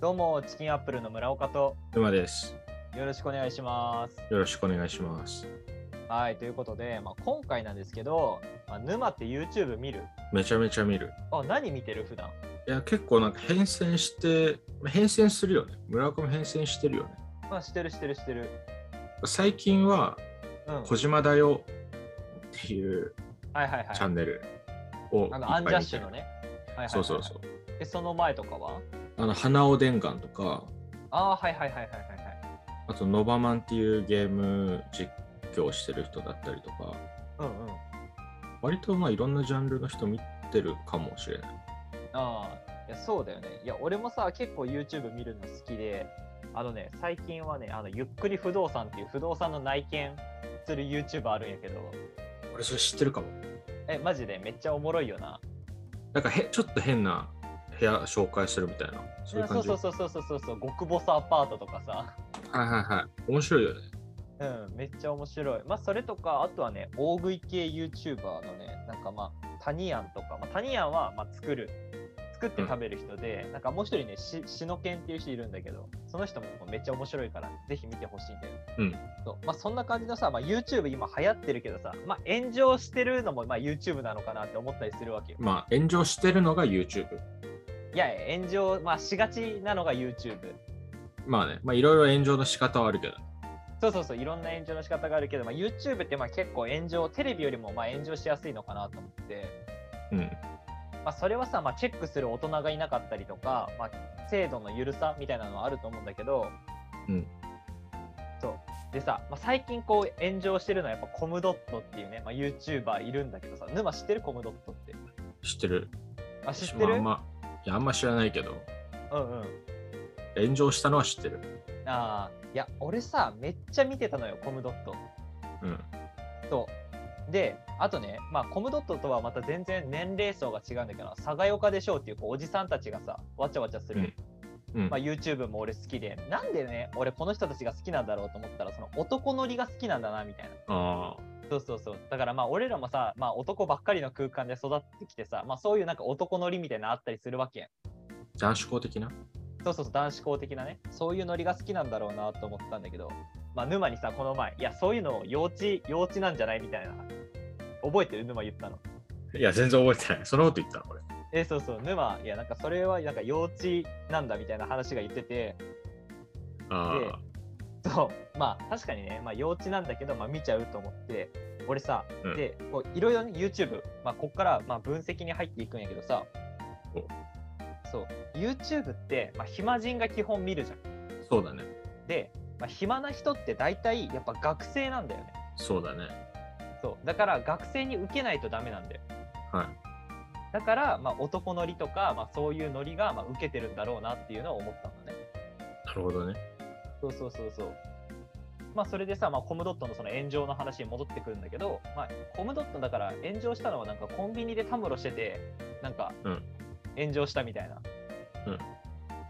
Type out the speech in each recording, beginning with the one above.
どうもチキンアップルの村岡と沼です。よろしくお願いします。よろしくお願いします。はいということで、まあ、今回なんですけど、まあ、沼って YouTube 見るめちゃめちゃ見る。あ何見てる普段いや、結構なんか変遷して、変遷するよね。村岡も変遷してるよね。まあしてるしてるしてる。最近はうん。はい小島だよっていうはいはい。チャンネルをいっあぱい見のアンジャッシュのてね。はいはいはいはいそうそうそう。。えその前とかはあの、花尾伝眼とか、ああはいはいはいはいはいはい。あとノバマンっていうゲーム実況してる人だったりとか、うんうん。割とまあいろんなジャンルの人見てるかもしれない。ああいやそうだよね。いや俺もさ結構 YouTube 見るの好きであのね最近はねあのゆっくり不動産っていう不動産の内見する YouTube あるんやけど俺それ知ってるかも。えマジでめっちゃおもろいよな。なんかへちょっと変な部屋紹介するみたいな。そういうそ感うじ。そうそうそうそうそうそう極細アパートとかさ、はいはいはい。面白いよね。うん、めっちゃ面白いまあそれとかあとはね大食い系 YouTuber のねなんかまあタニアンとか、まあ、タニアンはまあ作る作って食べる人で、なんかもう一人ねししのけんっていう人いるんだけどその人もめっちゃ面白いからぜひ見てほしいんだよ、うんそうまあ、そんな感じのさ、まあ、YouTube 今流行ってるけどさ、まあ、炎上してるのもまあ YouTube なのかなって思ったりするわけよまあ、炎上してるのが YouTube。いや炎上、まあ、しがちなのが YouTube まあね、まあいろいろ炎上の仕方はあるけど。そうそうそういろんな炎上の仕方があるけど、まあ、YouTube ってまあ結構炎上テレビよりもまあ炎上しやすいのかなと思って、うん。まあ、それはさ、まあ、チェックする大人がいなかったりとか、まあ、制度の緩さみたいなのはあると思うんだけど、うんそうでさ、まあ、最近こう炎上してるのはやっぱコムドットっていうね、まあ、YouTuber いるんだけどさ沼知ってるコムドットって、知ってる。あ、知ってる私もあんま、いや、あんま知らないけど、うんうん炎上したのは知ってる。あーいや俺さめっちゃ見てたのよコムドットうん。そうであとね、まあ、コムドットとはまた全然年齢層が違うんだけど佐賀岡でしょうっていうこうおじさんたちがさわちゃわちゃする、うん。まあ、YouTube も俺好きでなんでね俺この人たちが好きなんだろうと思ったらその男乗りが好きなんだなみたいなあそうそうそうだからまあ俺らもさ、まあ、男ばっかりの空間で育ってきてさ、まあ、そういうなんか男乗りみたいなのあったりするわけやんー男子校的なそうそうそう男子校的なねそういうノリが好きなんだろうなと思ったんだけど、まあ、沼にさこの前いやそういうの幼稚幼稚なんじゃないみたいな覚えてる沼言ったのいや、全然覚えてない。そのこと言ったの、俺。えそうそう沼いやなんかそれはなんか幼稚なんだみたいな話が言っててあそうまあ確かにね、まあ、幼稚なんだけど、まあ、見ちゃうと思って俺さ、うんでこういろいろね YouTube、まあ、こっからまあ分析に入っていくんやけどさおそう YouTube って、まあ、暇人が基本見るじゃんあ、そうだね。で、まあ、暇な人って大体やっぱ学生なんだよねそうだね。そうだから学生に受けないとダメなんだよはい。だから、まあ、男ノリとか、まあ、そういうノリが、まあ、受けてるんだろうなっていうのを思ったんだねなるほどね。そうそうそうそう。まあそれでさ、まあ、コムドットのその炎上の話に戻ってくるんだけど、まあ、コムドットだから炎上したのはなんかコンビニでたむろしててなんかうん炎上したみたいな。うん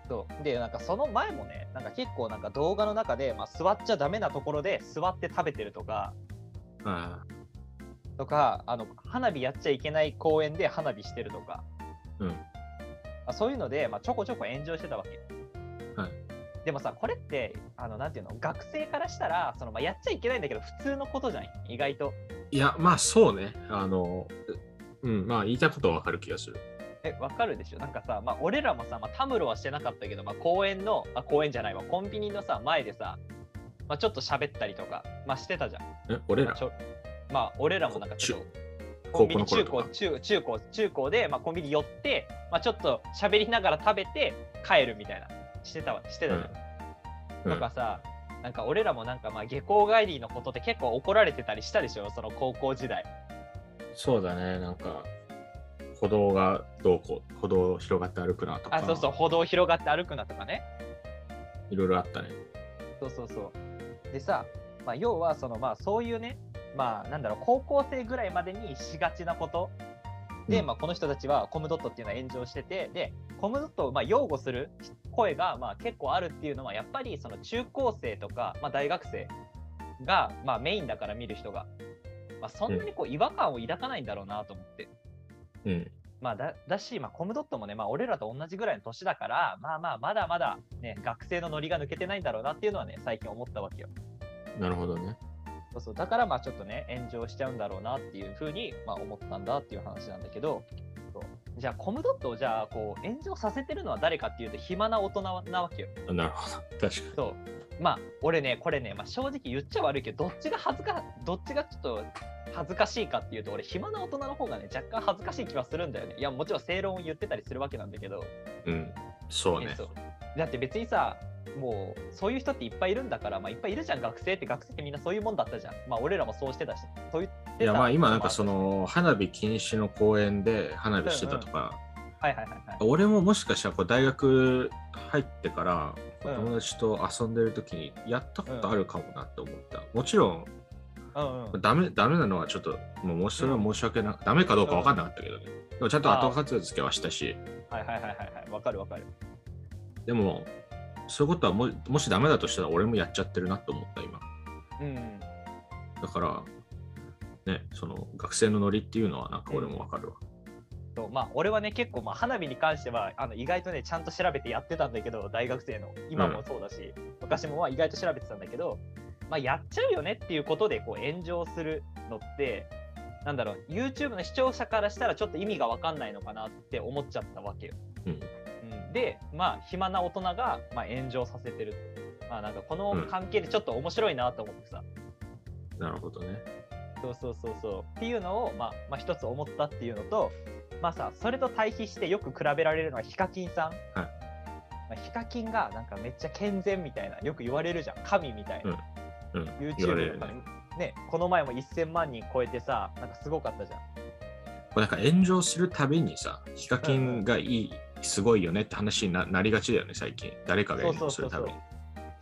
そうでなんかその前もねなんか結構なんか動画の中で、まあ、座っちゃダメなところで座って食べてるとかあとかあの花火やっちゃいけない公園で花火してるとか、うんまあ、そういうので、まあ、ちょこちょこ炎上してたわけよ。はいでもさこれってあのなんていうの学生からしたらその、まあ、やっちゃいけないんだけど普通のことじゃん意外と。あ。いや、まあ、そうね。あの、うん、まあ、言いたいことはわかる気がする。えわかるでしょなんかさ、まあ、俺らもさ、まあ、タムロはしてなかったけど、まあ、公園のあ公園じゃないわコンビニのさ前でさ、まあ、ちょっと喋ったりとか、まあ、してたじゃん。え、俺まあらち、ょまあ俺らもなんかちょっとコ高ンビ校ニの中高頃とか。中中高中高で、まあ、コンビニ寄って、まあ、ちょっと喋りながら食べて帰るみたいなしてたわしてうたじんゃん、。うんとかさなんか俺らもなんかまあ下校帰りのことで結構怒られてたりしたでしょその高校時代そうだね、なんか、歩道がどうこう、歩道を広がって歩くなとか、あそうそう歩道広がって歩くなとかねいろいろあったね。そうそうそうでさ、まあ、要はそのまあそういうねまあなんだろう高校生ぐらいまでにしがちなことで、うんまあ、この人たちはコムドットっていうのは炎上しててでコムドットをまあ擁護する声がまあ結構あるっていうのはやっぱりその中高生とか、まあ、大学生がまあメインだから見る人が、まあ、そんなにこう違和感を抱かないんだろうなと思って。うん。まあだだし、まあ、コムドットもね、まあ、俺らと同じぐらいの年だから、まあまあ、まだまだ、ね、学生のノリが抜けてないんだろうなっていうのはね、最近思ったわけよ。なるほどね。そうそうだから、まあちょっとね、炎上しちゃうんだろうなっていうふうに、まあ、思ったんだっていう話なんだけど、そうじゃあ、コムドットをじゃあこう炎上させてるのは誰かっていうと、暇な大人なわけよ。あなるほど。 確かそうまあ俺ねこれね、まあ、正直言っちゃ悪いけどどっちが恥ずかどっちがちょっと恥ずかしいかっていうと俺暇な大人の方がね若干恥ずかしい気はするんだよねいやもちろん正論を言ってたりするわけなんだけど、に。うん。そうえね。そうだって別にさもうそういう人っていっぱいいるんだから、まあ、いっぱいいるじゃん学生って学生ってみんなそういうもんだったじゃんまあ俺らもそうしてたしそう言ってたいやまあ今なんかそまの花火禁止の公園で花火してたとか、あはいはいはいはい俺ももしかしたらこう大学入ってからこううん友達と遊んでる時にやったことあるかもなって思った、もちろんうんうんダメダメなのはちょっともうもうそれは申し訳なく、ダメかどうか分かんなかったけどね、でもちゃんと後片付けはしたしはいはいはいはいはいわかるわかるでもそういうことはももしダメだとしたら俺もやっちゃってるなと思った今うんだからねその学生のノリっていうのはなんか俺も分かるわ、そうまあ俺はね結構まあ花火に関してはあの意外とねちゃんと調べてやってたんだけど大学生の今もそうだし、昔もまあ意外と調べてたんだけど、まあ、やっちゃうよねっていうことでこう炎上するのってなんだろう YouTube の視聴者からしたらちょっと意味が分かんないのかなって思っちゃったわけよ。うんうんでまあ暇な大人が、まあ、炎上させてる。まあなんかこの関係でちょっと面白いなと思ってさ、なるほどねそうそうそうそう。っていうのを、まあ、まあ、一つ思ったっていうのと、まあさ、それと対比してよく比べられるのはヒカキンさん。はいまあ、ヒカキンがなんかめっちゃ健全みたいな、よく言われるじゃん。神みたいな。うん言われ YouTube るとかねね、この前も1000万人超えてさ、なんかすごかったじゃん。これなんか炎上するたびにさ、ヒカキンがいい、すごいよねって話にななりがちだよね、最近。誰かが炎上するたびに。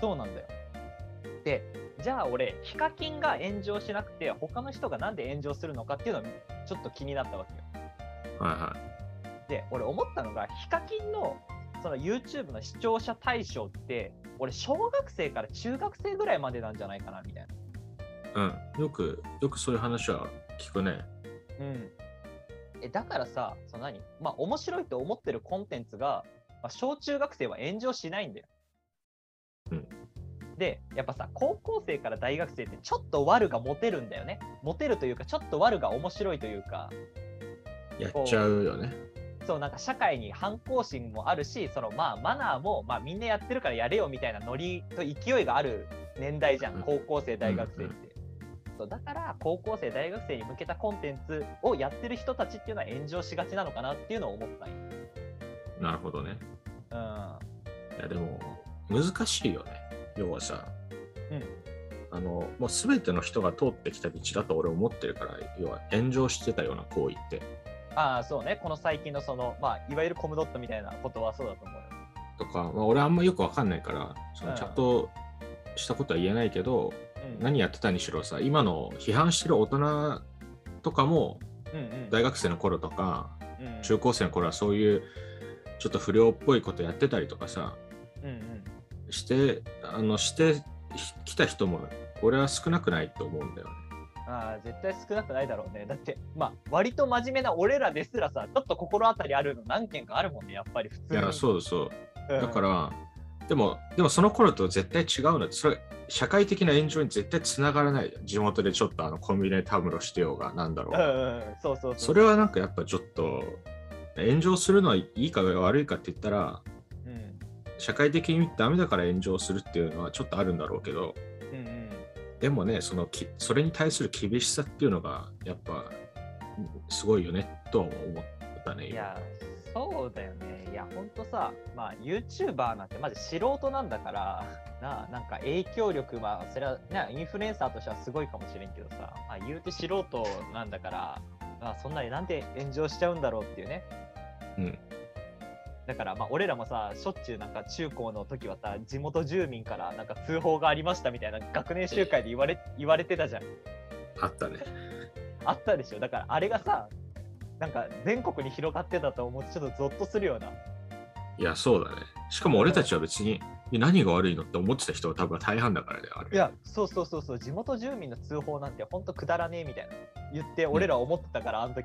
そうなんだよ。で、じゃあ俺、ヒカキンが炎上しなくて、他の人がなんで炎上するのかっていうのはちょっと気になったわけよ。はで俺思ったのがヒカキンのその YouTube の視聴者対象って俺小学生から中学生ぐらいまでなんじゃないかなみたいな。いはい。うん。よく、よくそういう話は聞くね。うん、えだからさその何まあ面白いと思ってるコンテンツが、まあ、小中学生は炎上しないんだよ。うんでやっぱさ高校生から大学生ってちょっと悪がモテるんだよね。モテるというかちょっと悪が面白いというか。やっちゃうよね。そうなんか社会に反抗心もあるしそのまあマナーも、まあ、みんなやってるからやれよみたいなノリと勢いがある年代じゃうんん高校生大学生うっんうて。そうだから高校生大学生に向けたコンテンツをやってる人たちっていうのは炎上しがちなのかなっていうのを思ったんよなるほどね。ういや、でも、難しいよね。要はさ、んうんあの、もうすべての人が通ってきた道だと俺思ってるから、要は炎上してたような行為って。ああそうねこの最近のそのまあいわゆるコムドットみたいなことはそうだと思うよとか、まあ、俺あんまよくわかんないから、そうんのちゃんとしたことは言えないけど、うん何やってたにしろさ今の批判してる大人とかもうんうん大学生の頃とかうん中高生の頃はそういうちょっと不良っぽいことやってたりとかさうんうんしてあのしてひ来た人も俺は少なくないと思うんだよね。ああ絶対少なくないだろうねだってまあ割と真面目な俺らですらさちょっと心当たりあるの何件かあるもんねやっぱり普い通にやそうそううんだから、でもでもその頃と絶対違うのってそれ社会的な炎上に絶対つながらないじゃん地元でちょっとあのコンビニでたむろしてようがなんだろううがんうんそうそうそうれはなんかやっぱちょっと炎上するのはいいか悪いかって言ったらうん社会的にダメだから炎上するっていうのはちょっとあるんだろうけどうんうんでもねそのきそれに対する厳しさっていうのがやっぱすごいよねとは思ったねいやそうだよねいやほんとさまあ YouTuber なんてマジ素人なんだから なあなんか影響力はそれはなインフルエンサーとしてはすごいかもしれんけどさ、まあ、言うて素人なんだから、まあ、そんなになんで炎上しちゃうんだろうっていうねうんだからまあ俺らもさしょっちゅうなんか中高の時はさ地元住民からなんか通報がありましたみたいな学年集会で言われ言われてたじゃんあったねあったでしょだからあれがさなんか全国に広がってたと思うとちょっとゾッとするようないやそうだねしかも俺たちは別にえ何が悪いのって思ってた人は多分大半だからねあいれやそうそうそうそう地元住民の通報なんてほんとくだらねえみたいな言って俺ら思ってたからあの時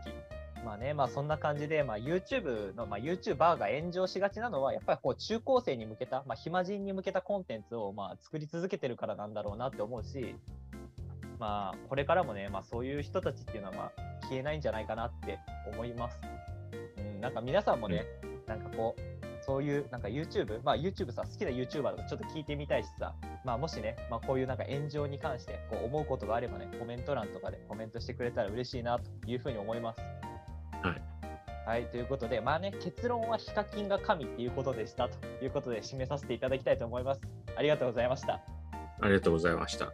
まあね、まあそんな感じで、まあ YouTube の、まあ YouTuber が炎上しがちなのは、やっぱりこう中高生に向けた、まあ暇人に向けたコンテンツをまあ作り続けてるからなんだろうなって思うし、まあこれからもね、まあそういう人たちっていうのはまあ消えないんじゃないかなって思います。うん、なんか皆さんもね、なんかこう、そういうなんか YouTube、まあ YouTube さ、好きな YouTuber とかちょっと聞いてみたいしさ、まあもしね、まあこういうなんか炎上に関してこう思うことがあればね、コメント欄とかでコメントしてくれたら嬉しいなというふうに思います。はい、ということで、まあね、結論はヒカキンが神っていうことでしたということで、締めさせていただきたいと思います。ありがとうございました。ありがとうございました。